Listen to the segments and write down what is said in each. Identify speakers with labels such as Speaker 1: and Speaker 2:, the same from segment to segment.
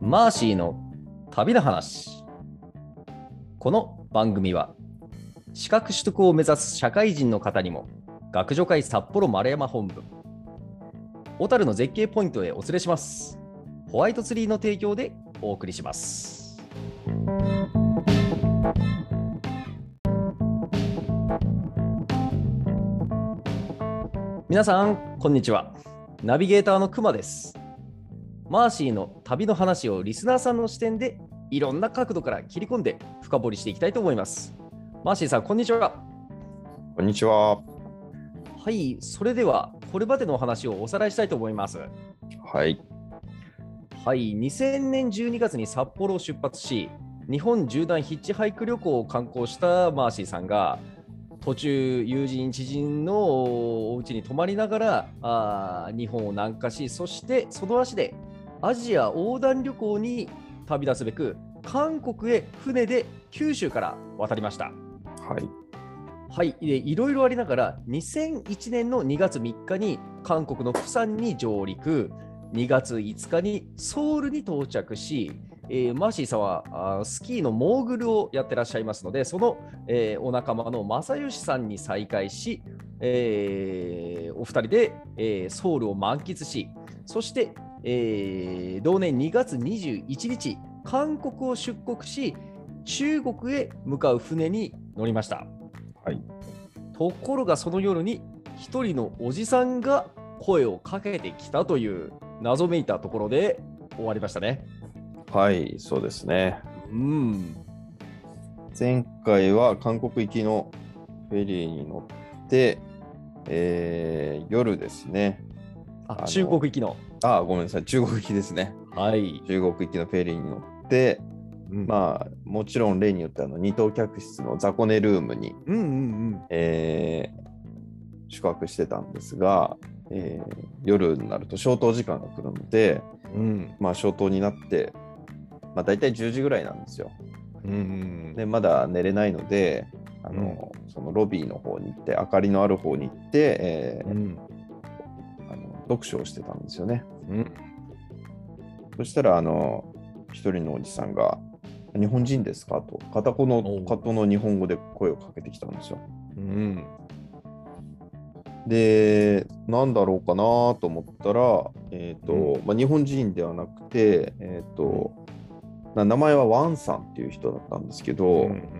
Speaker 1: マーシーの旅の話。この番組は、資格取得を目指す社会人の方にも、学助会札幌丸山本部、小樽の絶景ポイントへお連れします。ホワイトツリーの提供でお送りします。皆さん、こんにちは。ナビゲーターのくまです。マーシーの旅の話をリスナーさんの視点でいろんな角度から切り込んで深掘りしていきたいと思います。マーシーさん、こんにちは。
Speaker 2: こんにちは。
Speaker 1: はい、それではこれまでのお話をおさらいしたいと思います。
Speaker 2: はい。
Speaker 1: はい、2000年12月に札幌を出発し、日本縦断ヒッチハイク旅行を観光したマーシーさんが、途中、友人、知人のお家に泊まりながらあー日本を南下し、そしてその足でアジア横断旅行に旅立つべく、韓国へ船で九州から渡りました。
Speaker 2: はい。
Speaker 1: はい、でいろいろありながら2001年の2月3日に韓国の釜山に上陸2月5日にソウルに到着し、えーマーシーさんはあースキーのモーグルをやってらっしゃいますのでその、えーお仲間の正義さんに再会し、えーお二人で、えーソウルを満喫しそして、えー同年2月21日韓国を出国し中国へ向かう船に乗りました。ところがその夜に一人のおじさんが声をかけてきたという謎めいたところで終わりましたね。
Speaker 2: はい、そうですね。
Speaker 1: うん。
Speaker 2: 前回は韓国行きのフェリーに乗って、えー夜ですね。あ
Speaker 1: あ
Speaker 2: の
Speaker 1: 中国行きの。
Speaker 2: あ、ごめんなさい。中国行きですね。
Speaker 1: はい。
Speaker 2: 中国行きのフェリーに乗って、
Speaker 1: あ、
Speaker 2: まあ、もちろん例によってあの二等客室の雑魚寝ルームに、
Speaker 1: うんうん
Speaker 2: えー宿泊してたんですが、えー夜になると消灯時間が来るので、
Speaker 1: うん。うん。
Speaker 2: まあ、消灯になって、まあ、大体10時ぐらいなんですよ。
Speaker 1: うん
Speaker 2: でまだ寝れないのであの、そのロビーの方に行って明かりのある方に行って、えー
Speaker 1: ん。
Speaker 2: あの読書をしてたんですよね
Speaker 1: うん。
Speaker 2: そしたらあの一人のおじさんが「日本人ですか?」と片言の
Speaker 1: おう
Speaker 2: 片言の日本語で声をかけてきたんですよ
Speaker 1: うん。
Speaker 2: でなんだろうかなと思ったら、えーと
Speaker 1: う
Speaker 2: まあ、日本人ではなくて、えーとな名前はワンさんっていう人だったんですけど、
Speaker 1: うん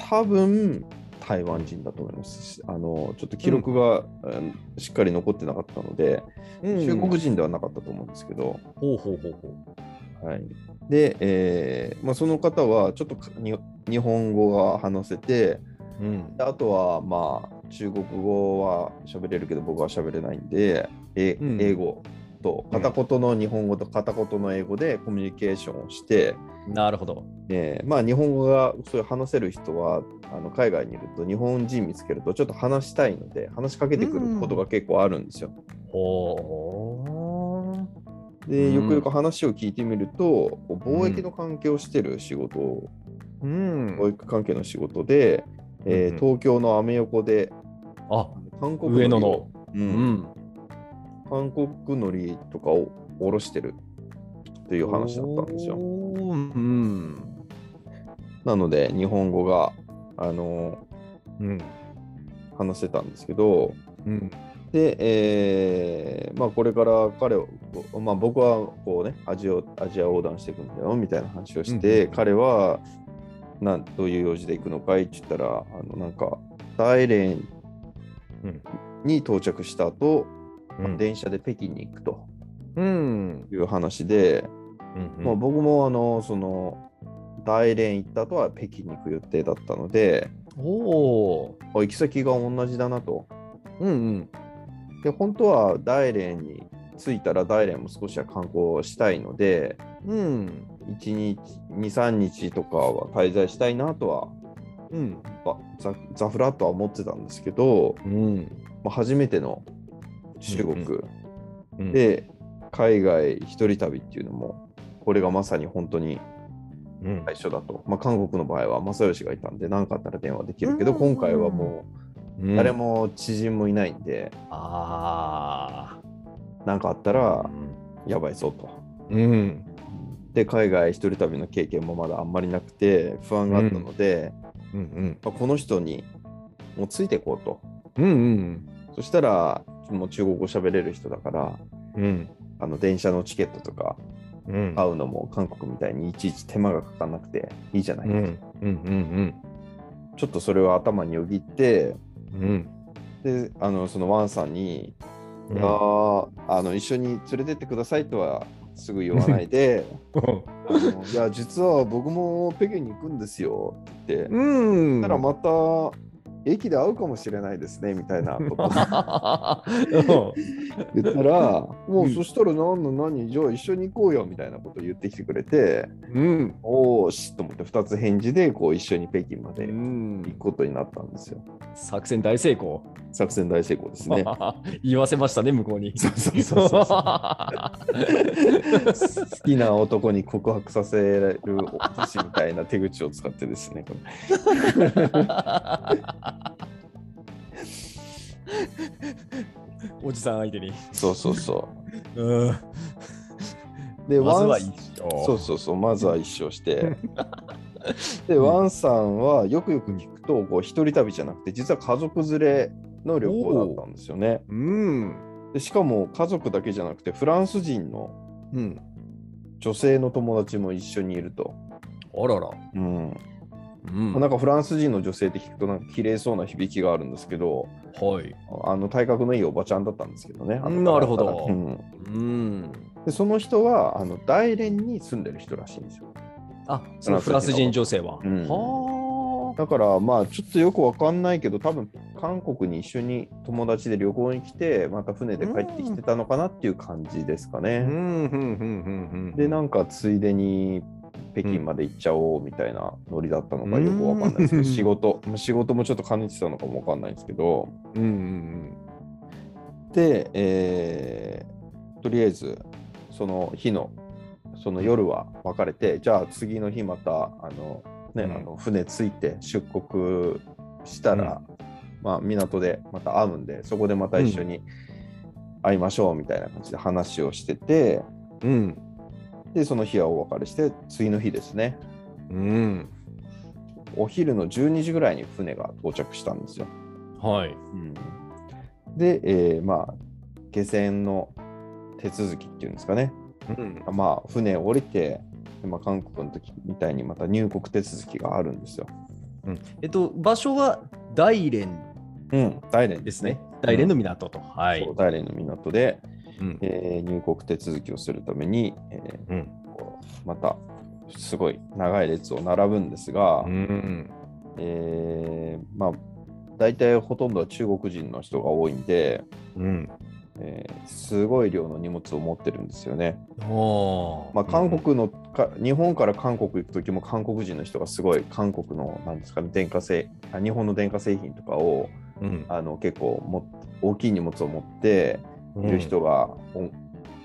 Speaker 2: 多分台湾人だと思いますあのちょっと記録が、うんしっかり残ってなかったので、
Speaker 1: うん。
Speaker 2: 中国人ではなかったと思うんですけど、
Speaker 1: ほうほうほうほ
Speaker 2: はい、で、えーまあ、その方はちょっとかに日本語が話せて
Speaker 1: う。うん
Speaker 2: で。あとはまあ中国語は喋れるけど僕は喋れないんで、え
Speaker 1: うん
Speaker 2: 英語と片言の日本語と片言の英語でコミュニケーションをして、
Speaker 1: なるほど。
Speaker 2: えーまあ、日本語がそういう話せる人はあの海外にいると日本人見つけるとちょっと話したいので話しかけてくることが結構あるんですよ。
Speaker 1: ほ
Speaker 2: で
Speaker 1: うん
Speaker 2: よくよく話を聞いてみるとこう貿易の関係をしてる仕事を、
Speaker 1: う。うん
Speaker 2: 貿易関係の仕事で、えー
Speaker 1: うん
Speaker 2: 東京のアメ横で
Speaker 1: あ、
Speaker 2: 韓国
Speaker 1: 上野
Speaker 2: りを
Speaker 1: の。
Speaker 2: う、
Speaker 1: うんん。
Speaker 2: 韓国のりとかをおろしてるという話だったんですよ。
Speaker 1: おーうん。
Speaker 2: なので日本語があの
Speaker 1: うん。
Speaker 2: 話せたんですけど
Speaker 1: うん。
Speaker 2: で、えーまあ、これから彼を、まあ、僕はこう、ね、アジアアジア横断していくんだよみたいな話をして、
Speaker 1: うん
Speaker 2: 彼はなんどういう用事で行くのかいって言ったらあのなんか大連
Speaker 1: うん
Speaker 2: に到着した後、
Speaker 1: うん。
Speaker 2: 電車で北京に行くと
Speaker 1: うん。
Speaker 2: いう話で、
Speaker 1: うん
Speaker 2: まあ、僕もあのその大連行った後は北京に行く予定だったので
Speaker 1: おお。
Speaker 2: あ行き先が同じだなと。
Speaker 1: うんうん。
Speaker 2: で本当は大連に着いたら大連も少しは観光したいので
Speaker 1: うん。
Speaker 2: 1日23日とかは滞在したいなとは
Speaker 1: うん。
Speaker 2: ばざざふらっとは思ってたんですけど、
Speaker 1: うん。
Speaker 2: まあ、初めての中国、
Speaker 1: うんうん、
Speaker 2: で海外一人旅っていうのもこれがまさに本当に
Speaker 1: うん
Speaker 2: 最初だと、まあ、韓国の場合は正義がいたんで何かあったら電話できるけど、
Speaker 1: うん
Speaker 2: 今回はもう誰。も知人もいないんで
Speaker 1: ああ。
Speaker 2: 何、なん、かあったらやばいぞとうん、で海外一人旅の経験もまだあんまりなくて不安があったので、
Speaker 1: うん
Speaker 2: まあこの人にもうついていこうと
Speaker 1: うんうん
Speaker 2: そしたらもう中国語喋れる人だから
Speaker 1: うん
Speaker 2: あの電車のチケットとか
Speaker 1: うん
Speaker 2: 買うのも韓国みたいにいちいち手間がかからなくていいじゃない、
Speaker 1: うんうん
Speaker 2: ちょっとそれを頭によぎって
Speaker 1: うんうん
Speaker 2: であのそのワンさんに「
Speaker 1: うん
Speaker 2: いやーあの一緒に連れてってください」とはすぐ言わな いで「あのいや実は僕も北京に行くんですよ」って言って。
Speaker 1: うん
Speaker 2: そしたらまた駅で会うかもしれないですねみたいなこと 言ったら、もうそしたら何の何じゃあ一緒に行こうよみたいなこと言ってきてくれて、
Speaker 1: うん
Speaker 2: おーしと思って2つ返事でこう一緒に北京ま
Speaker 1: う
Speaker 2: で行く
Speaker 1: ん
Speaker 2: ことになったんですよ。
Speaker 1: 作戦大成功
Speaker 2: 作戦大成功ですね。
Speaker 1: 言わせましたね向こうに
Speaker 2: そうそう そうそう好きな男に告白させる落としみたいな手口を使ってですね。これ
Speaker 1: おじさん相手に
Speaker 2: そうそうそ
Speaker 1: うん
Speaker 2: う。で、
Speaker 1: まずは
Speaker 2: ワン
Speaker 1: 一緒
Speaker 2: そうそうそう、まずは一生して。 で、ワンさんはよくよく聞くと、こう一人旅じゃなくて、実は家族連れの旅行だったんですよね。
Speaker 1: うん
Speaker 2: でしかも家族だけじゃなくて、フランス人の
Speaker 1: うん
Speaker 2: 女性の友達も一緒にいると。
Speaker 1: あらら
Speaker 2: うん、
Speaker 1: うん
Speaker 2: なんかフランス人の女性って聞くとなんか綺麗そうな響きがあるんですけど
Speaker 1: はい
Speaker 2: あの体格のいいおばちゃんだったんですけどね。あの
Speaker 1: なるほど
Speaker 2: うん
Speaker 1: うん
Speaker 2: でその人はあの大連に住んでる人らしいんですよ。
Speaker 1: あそのフランス人女性は、
Speaker 2: うん
Speaker 1: はあ
Speaker 2: だからまあちょっとよくわかんないけど多分韓国に一緒に友達で旅行に来てまた船で帰ってきてたのかなっていう感じですか
Speaker 1: う
Speaker 2: ね。
Speaker 1: んうんうんうんうん
Speaker 2: でなんかついでに北京まで行っちゃおうみたいなノリだったのかよくわかんないです
Speaker 1: う
Speaker 2: けど
Speaker 1: ん
Speaker 2: 仕事まあ仕事もちょっと兼ねてたのかもわかんないですけど
Speaker 1: うんうん
Speaker 2: で、えーとりあえずその日のその夜は別れてじゃあ次の日またあの、ね
Speaker 1: うん
Speaker 2: あの船着いて出国したら、まあ、港でまた会うんでそこでまた一緒に会いましょうみたいな感じで話をしてて、
Speaker 1: うん
Speaker 2: でその日はお別れして次の日ですね
Speaker 1: うん
Speaker 2: お昼の12時ぐらいに船が到着したんですよ。
Speaker 1: はい
Speaker 2: で、えーまあ下船の手続きっていうんですかね
Speaker 1: うん
Speaker 2: まあ、船を降りて、まあ、韓国の時みたいにまた入国手続きがあるんですよ。
Speaker 1: えっと場所は大連
Speaker 2: うん、大連
Speaker 1: ですね大連の港と、は
Speaker 2: そ
Speaker 1: いう
Speaker 2: 大連の港で、
Speaker 1: うん
Speaker 2: えー入国手続きをするために、えー
Speaker 1: うん
Speaker 2: こうまたすごい長い列を並ぶんですが、
Speaker 1: うん
Speaker 2: えーまあ、大体ほとんどは中国人の人が多いんで、
Speaker 1: うん
Speaker 2: えーすごい量の荷物を持ってるんですよね。
Speaker 1: おー
Speaker 2: まあ、韓国のか、日本から韓国行く時も韓国人の人がすごい韓国のなんですかね電化製あ日本の電化製品とかを
Speaker 1: うん
Speaker 2: あの結構も大きい荷物を持って
Speaker 1: うん
Speaker 2: いる人が、お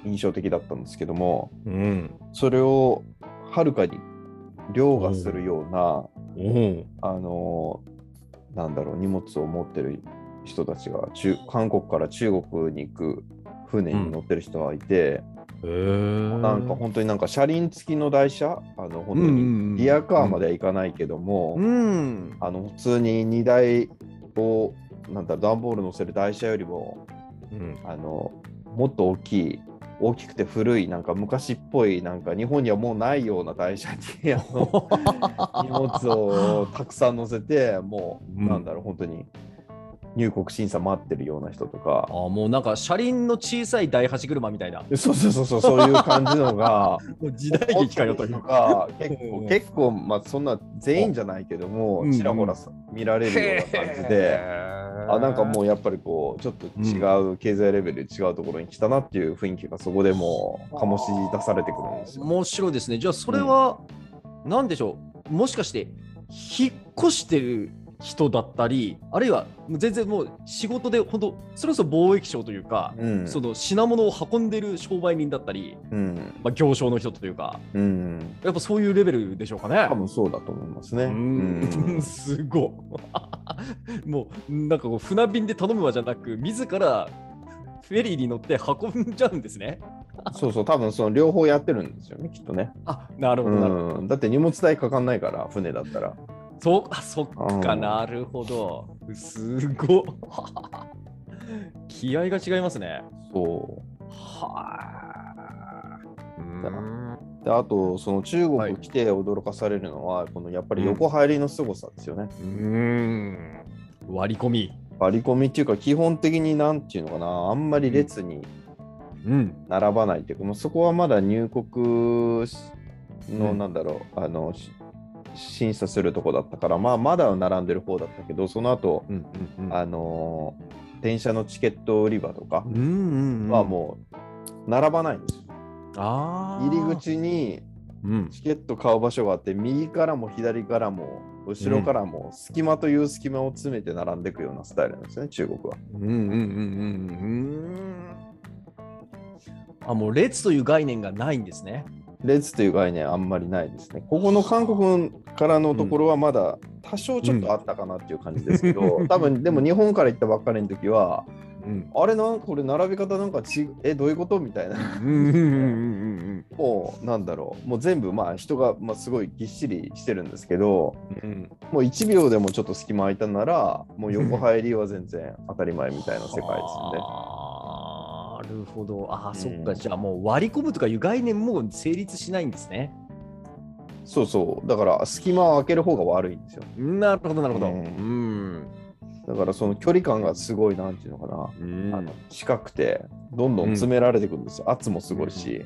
Speaker 2: 印象的だったんですけども
Speaker 1: うん
Speaker 2: それをはるかに凌駕するような、
Speaker 1: おー
Speaker 2: あのなんだろう荷物を持ってる人たちが中韓国から中国に行く船に乗ってる人がいて。
Speaker 1: へー
Speaker 2: なんか本当になんか車輪付きの台車あの本当
Speaker 1: うんうんうん
Speaker 2: にリアカーまではいかないけども、
Speaker 1: うん
Speaker 2: あの普通に荷台をなんだろう段ボール乗せる台車よりも
Speaker 1: うん
Speaker 2: あのもっと大きい大きくて古いなんか昔っぽいなんか日本にはもうないような台車 にあの荷物をたくさん乗せてもう
Speaker 1: うん
Speaker 2: なんだろう本当に入国審査待ってるような人とか
Speaker 1: あ。もうなんか車輪の小さい大八車みたいな
Speaker 2: そうそうそうそうそういう感じのが
Speaker 1: もう時代劇かよというか
Speaker 2: か結
Speaker 1: うん
Speaker 2: 構結構まあそんな全員じゃないけども
Speaker 1: うん
Speaker 2: ちらほらさ見られるような感じで。あなんかもうやっぱりこうちょっと違う経済レベルで違うところに来たなっていう雰囲気がそこでもう醸し出されてくるんですよ。
Speaker 1: 面白いですね。じゃあそれは何でしょう、もしかして引っ越してる人だったりあるいは全然もう仕事で本当それこそ貿易商というか、
Speaker 2: うん
Speaker 1: その品物を運んでる商売人だったり、
Speaker 2: うん
Speaker 1: まあ、行商の人というか
Speaker 2: うん、
Speaker 1: やっぱそういうレベルでしょうかね
Speaker 2: 多。分そうだと思いますね。
Speaker 1: う
Speaker 2: うん
Speaker 1: ん すごいもうなんかこう船便で頼むわじゃなく自らフェリーに乗って運んじゃうんですね。
Speaker 2: そうそう、多分その両方やってるんですよね、きっとね。
Speaker 1: あなるほど、なるほど。
Speaker 2: うん、だって荷物代かかんないから、船だったら。
Speaker 1: そうあそっか
Speaker 2: うん
Speaker 1: なるほど。すごっ。気合が違いますね。
Speaker 2: そ
Speaker 1: はあ。うん
Speaker 2: う。で、あと、その中
Speaker 1: はい
Speaker 2: 国来て驚かされるのは、このやっぱり横入りの凄さですよね。
Speaker 1: うん。割り込み。
Speaker 2: 割り込みっていうか、基本的になんていうのかな、あんまり列に
Speaker 1: うん。
Speaker 2: 並ばないっていうか、もうそこはまだ入国し
Speaker 1: う
Speaker 2: の、
Speaker 1: ん
Speaker 2: なんだろう、あの、し審査するとこだったから、まあ、まだ並んでる方だったけど、その後、
Speaker 1: うんうんうん。
Speaker 2: あのー電車のチケット売り場とか
Speaker 1: うんうんうん、
Speaker 2: はもう並ばないんですよ。
Speaker 1: うあー
Speaker 2: 入り、口に
Speaker 1: うん、
Speaker 2: チケット買う場所があって右からも左からも後ろからも隙間という隙間を詰めて並んでいくようなスタイルなんですね中国は。
Speaker 1: うんうんうんうんうんあもう列という概念がないんですね。
Speaker 2: 列という概念あんまりないですね。ここの韓国からのところはまだ多少ちょっとあったかなっていう感じですけど、
Speaker 1: うん
Speaker 2: 多分でも日本から行ったばっかりの時は
Speaker 1: うん
Speaker 2: あれなんこれ並び方なんかちえどういうことみたいな
Speaker 1: うんうんうん
Speaker 2: もうなんだろうもう全部まあ人がまあすごいぎっしりしてるんですけど
Speaker 1: うんうん
Speaker 2: もう1秒でもちょっと隙間空いたならもう横入りは全然当たり前みたいな世界ですよね。
Speaker 1: あーなるほど。あー、
Speaker 2: うん
Speaker 1: そっか。じゃあもう割り込むとかいう概念も成立しないんですね。
Speaker 2: そうそうだから隙間を空ける方が悪いんですよ。
Speaker 1: なるほど、なるほど。
Speaker 2: うん
Speaker 1: ん。
Speaker 2: だからその距離感がすごいなんていうのかな。
Speaker 1: うん
Speaker 2: あの近くてどんどん詰められていくんですよ、圧もすごいし、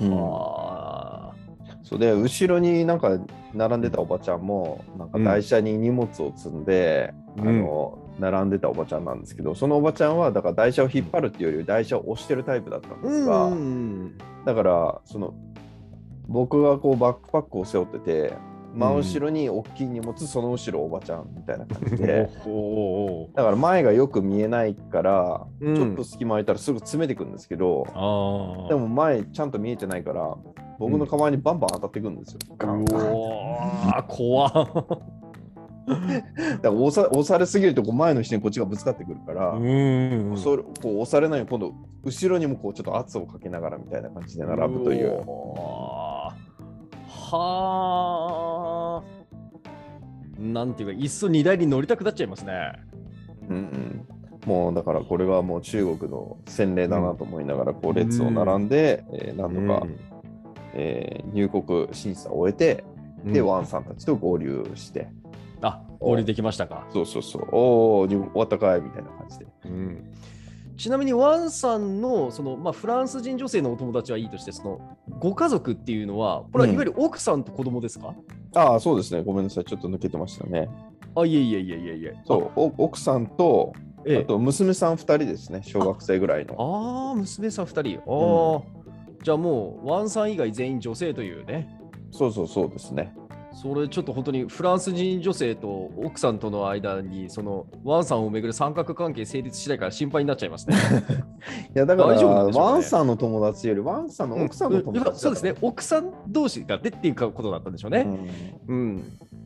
Speaker 2: うん
Speaker 1: は
Speaker 2: そうで後ろになんか並んでたおばちゃんもなんか台車に荷物を積んで、
Speaker 1: うん
Speaker 2: あの並んでたおばちゃんなんですけどそのおばちゃんはだから台車を引っ張るっていうより台車を押してるタイプだったん
Speaker 1: ー
Speaker 2: ですが、
Speaker 1: うん。
Speaker 2: だからその僕がこうバックパックを背負ってて真後ろに大きい荷物その後ろおばちゃんみたいな感じで。
Speaker 1: お お
Speaker 2: だから前がよく見えないから、
Speaker 1: うん
Speaker 2: ちょっと隙間空いたらすぐ詰めていくんですけど、
Speaker 1: ああ。
Speaker 2: でも前ちゃんと見えてないから僕の構えにバンバン当たっていくんですよ。
Speaker 1: う
Speaker 2: ガンガン
Speaker 1: おー、怖っ。
Speaker 2: だから押さ押されすぎるとこう前の人にこっちがぶつかってくるから、
Speaker 1: うん
Speaker 2: それこう押されないように今度後ろにもこうちょっと圧をかけながらみたいな感じで並ぶという
Speaker 1: う。おー。はあ。なんていうか、いっそ荷台に乗りたくなっちゃいますね。
Speaker 2: うんうんもうだからこれはもう中国の洗礼だなと思いながらこう列を並んで、えーなんとか、えー入国審査を終えて、
Speaker 1: うん
Speaker 2: でワンさんたちと合流して
Speaker 1: あ、合流できましたか。
Speaker 2: そうそうそうおお終わったかいみたいな感じで
Speaker 1: ちなみにワンさんのその、まあ、フランス人女性のお友達はいいとしてそのご家族っていうのはこれは
Speaker 2: うん
Speaker 1: いわゆる奥さんと子供ですか、
Speaker 2: ああそうですねごめんなさいちょっと抜けてましたね
Speaker 1: あいえいえいえいえいえ
Speaker 2: そうお奥さんと
Speaker 1: あええ
Speaker 2: あと娘さん2人ですね、小学生ぐらいの。
Speaker 1: あー娘さん2人ああ、じゃあもうワンさん以外全員女性というね
Speaker 2: そうそうそうですね。
Speaker 1: それちょっと本当にフランス人女性と奥さんとの間にそのワンさんをめぐる三角関係成立しないから心配になっちゃいますね。
Speaker 2: いやだから、
Speaker 1: 大丈夫なんでしょうね
Speaker 2: ワンさんの友達よりワンさんの 奥さんの友達だ、
Speaker 1: うんそうですね。奥さん同士がでっていうことだったんでしょう
Speaker 2: う
Speaker 1: ね。
Speaker 2: ん。
Speaker 1: うん、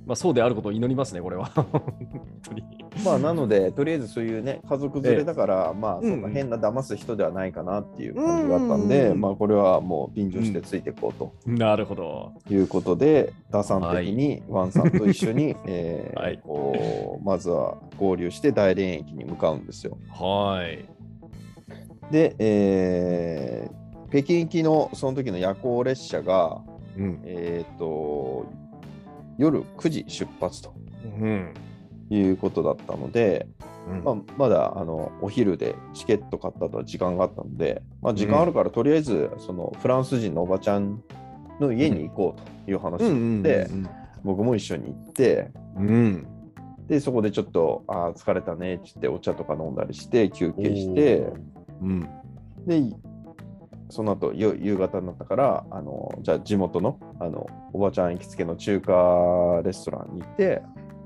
Speaker 1: まあそうであることを祈りますねこれは。本当に。
Speaker 2: まあなので、とりあえずそういうね、家族連れだから、まあそん
Speaker 1: うんう
Speaker 2: なん変な騙す人ではないかなっていう感じだったん
Speaker 1: うん
Speaker 2: で、
Speaker 1: うんうん
Speaker 2: まあこれはもう便乗してついていこうと
Speaker 1: なるほど。
Speaker 2: いうことで、ダさん的にワンさんと一緒 に、えー
Speaker 1: はい
Speaker 2: こうまずは合流して大連駅に向かうんですよ。
Speaker 1: はい。
Speaker 2: で、えー北京行きのその時の夜行列車が、
Speaker 1: うん。
Speaker 2: えー、と夜9時出発と
Speaker 1: うん。
Speaker 2: いうことだったので、まあ、まだあのお昼でチケット買ったと時間があったので、まあ、時間あるからとりあえずそのフランス人のおばちゃんの家に行こうという話
Speaker 1: うんう
Speaker 2: に
Speaker 1: ん
Speaker 2: なって、僕も一緒に行って
Speaker 1: うん。
Speaker 2: でそこでちょっと「あー疲れたね」って言ってお茶とか飲んだりして休憩して
Speaker 1: うん。
Speaker 2: でその後よ夕方になったからあのじゃあ地元のあのおばちゃん行きつけの中華レストランに行って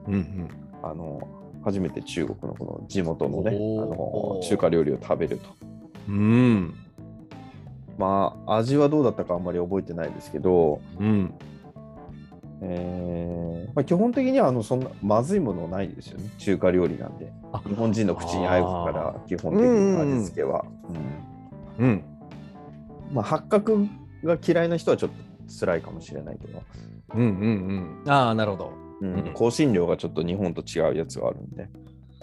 Speaker 1: うん。
Speaker 2: あの初めて中国のこの地元のねあ
Speaker 1: おー
Speaker 2: の中華料理を食べると
Speaker 1: うん。
Speaker 2: まあ味はどうだったかあんまり覚えてないですけど
Speaker 1: うん。
Speaker 2: えーまあ、基本的にはあのそんなまずいものはないですよね中華料理なんで
Speaker 1: あ
Speaker 2: 日本人の口に合うから基本的に味付けは、
Speaker 1: うん。
Speaker 2: うんまあ、八角が嫌いな人はちょっと辛いかもしれないけど、
Speaker 1: うんうんうん。ああ、なるほど。
Speaker 2: うん
Speaker 1: うん
Speaker 2: 香辛料がちょっと日本と違うやつがあるんで、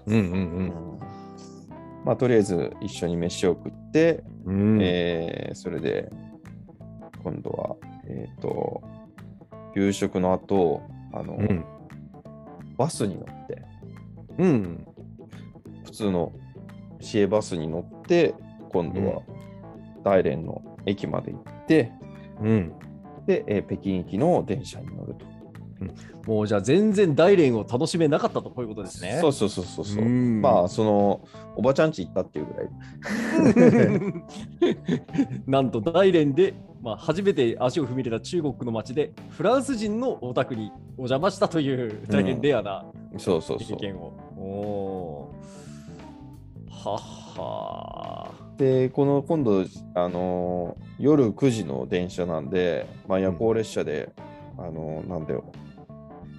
Speaker 1: うんう
Speaker 2: まあ、とりあえず一緒に飯を食って、
Speaker 1: うんうん。え
Speaker 2: えーそれで今度は、えー、と夕食の後あの、
Speaker 1: ー、うん。
Speaker 2: バスに乗って
Speaker 1: うん。
Speaker 2: 普通の市営バスに乗って今度は大連の駅まで行って、
Speaker 1: うん。
Speaker 2: で、えー北京行きの電車に乗ると。
Speaker 1: もうじゃあ全然大連を楽しめなかったとこういうことですね。
Speaker 2: そうそうそうそうそう。
Speaker 1: ん
Speaker 2: まあそのおばちゃん家行ったっていうぐらい。
Speaker 1: なんと大連で、まあ、初めて足を踏み入れた中国の町でフランス人のお宅にお邪魔したという大変レアな
Speaker 2: そうそうそ
Speaker 1: 経
Speaker 2: う。
Speaker 1: 験を。おーはっは
Speaker 2: でこの今度あのー夜9時の電車なんで、まあ、夜行列車で、あのーなんだよ。
Speaker 1: うん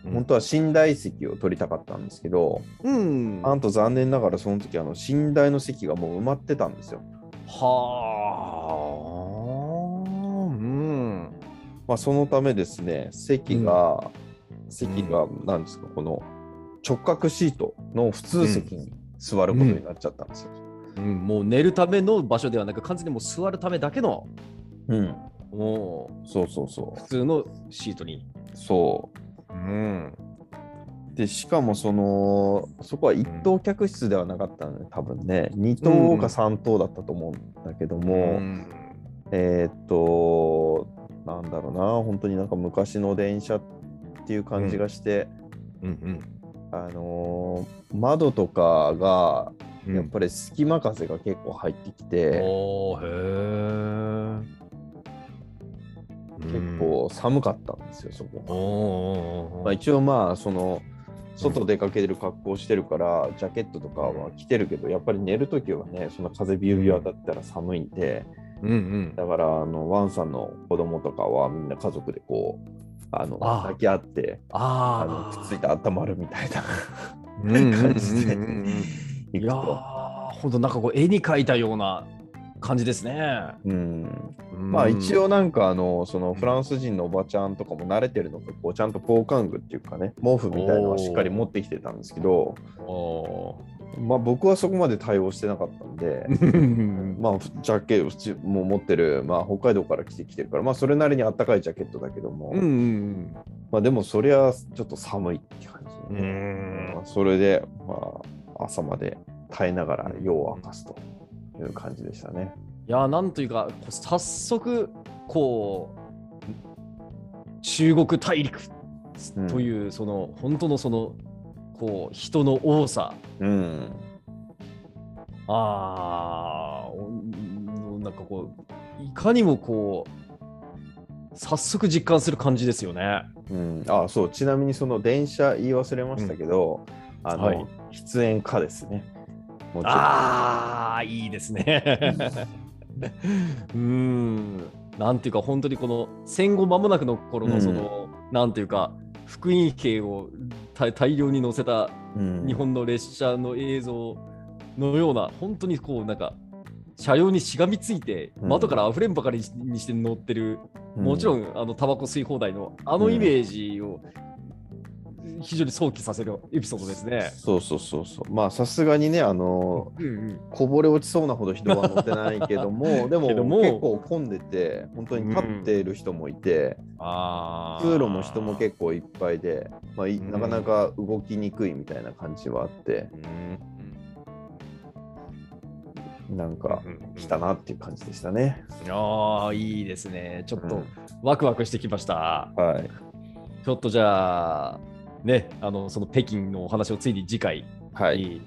Speaker 2: 本当は寝台席を取りたかったんですけど、
Speaker 1: ー。うん
Speaker 2: なんと残念ながらその時あの寝台の席がもう埋まってたんですよ。
Speaker 1: はあ。うん。
Speaker 2: まあ、そのためですね、席が、席が、なんですか、この直角シートの普通席に座ることになっちゃったんですよ。
Speaker 1: うん、もう寝るための場所ではなく、完全にもう座るためだけの、
Speaker 2: うん、
Speaker 1: も、
Speaker 2: そうそうそう
Speaker 1: 普通のシートに。
Speaker 2: う。そ
Speaker 1: うん。
Speaker 2: う。で、しかも、その、そこは一等客室ではなかったので、多分ね、二等か三等だったと思うんだけども、
Speaker 1: うん。
Speaker 2: えーっと、なんだろうな、本当になんか昔の電車っていう感じがして、
Speaker 1: うん。
Speaker 2: あのー窓とかが
Speaker 1: うん。
Speaker 2: やっぱり隙間風が結構入ってきて、
Speaker 1: おーへえ。
Speaker 2: 結構寒かったんですよ、そこ
Speaker 1: うん。。おーおーおーおー
Speaker 2: まあ、一応まあ、その、外出かけてる格好をしてるから、ジャケットとかは着てるけど、やっぱり寝るときはね、その風ビュービュー当たったら寒いんで、
Speaker 1: うんうん。
Speaker 2: だから、あの、ワンさんの子供とかはみんな家族でこう、あの、
Speaker 1: ああ
Speaker 2: 抱き合って、
Speaker 1: あ
Speaker 2: あの、
Speaker 1: あ。
Speaker 2: くっついて温まるみたいな
Speaker 1: 感
Speaker 2: 感じで
Speaker 1: い
Speaker 2: 行く
Speaker 1: や
Speaker 2: と。
Speaker 1: ー、ほんとなんかこう絵に描いたような感じですね。
Speaker 2: うん、まあ一応なんかあのそのフランス人のおばちゃんとかも慣れてるのかこうちゃんと防寒具っていうかね毛布みたいのはしっかり持ってきてたんですけど
Speaker 1: うん。お
Speaker 2: まあ僕はそこまで対応してなかったんで
Speaker 1: ー
Speaker 2: まあジャケ普通もう持ってるまあ北海道から来てきてるからまあそれなりにあったかいジャケットだけども、
Speaker 1: うんうん
Speaker 2: まあでもそりゃちょっと寒いって感じ
Speaker 1: うん。
Speaker 2: でね、まあそれでまあ朝まで耐えながら夜を明かすという感じでしたね。
Speaker 1: いやー、なんというか、こう早速、こう、中国大陸
Speaker 2: うん
Speaker 1: という、その、本当のその、こう、人の多さ、
Speaker 2: うん
Speaker 1: ああ、おなんかこう、いかにもこう、早速実感する感じですよね。
Speaker 2: うん、あそうちなみにその電車言い忘れましたけど、あの、
Speaker 1: はい
Speaker 2: 喫煙家ですねもちろん
Speaker 1: ああ、いいです ね。うーん、なんていうか、本当にこの戦後間もなくの頃
Speaker 2: う
Speaker 1: の、
Speaker 2: ん
Speaker 1: その、なんていうか、福音兵を大大量に載せた
Speaker 2: うん
Speaker 1: 日本の列車の映像のような、本当にこう、なんか、車両にしがみついて、
Speaker 2: うん
Speaker 1: 窓から溢れんばかりにして乗ってる、
Speaker 2: う
Speaker 1: もちろんあのタバコ吸い放題のあのイメージを非常に想起させるエピソードですね。
Speaker 2: そうそうそうそうまあさすがにねあの
Speaker 1: うんうん、
Speaker 2: こぼれ落ちそうなほど人は乗ってないけ どもでも
Speaker 1: けども
Speaker 2: 結構混んでて本当に立っている人もいて、
Speaker 1: あ
Speaker 2: 通路も人も結構いっぱいで、まあ、い
Speaker 1: うん
Speaker 2: なかなか動きにくいみたいな感じはあって
Speaker 1: 構、
Speaker 2: なんか来たなっていう感じでしたね、
Speaker 1: ああいいですねちょっ
Speaker 2: う
Speaker 1: と
Speaker 2: ん
Speaker 1: ワクワクしてきました、
Speaker 2: はい
Speaker 1: ちょっとじゃあねあのその北京のお話をついに次回
Speaker 2: はい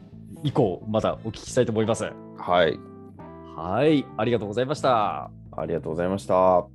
Speaker 1: 以降またお聞きしたいと思います
Speaker 2: はい
Speaker 1: はいありがとうございました
Speaker 2: ありがとうございました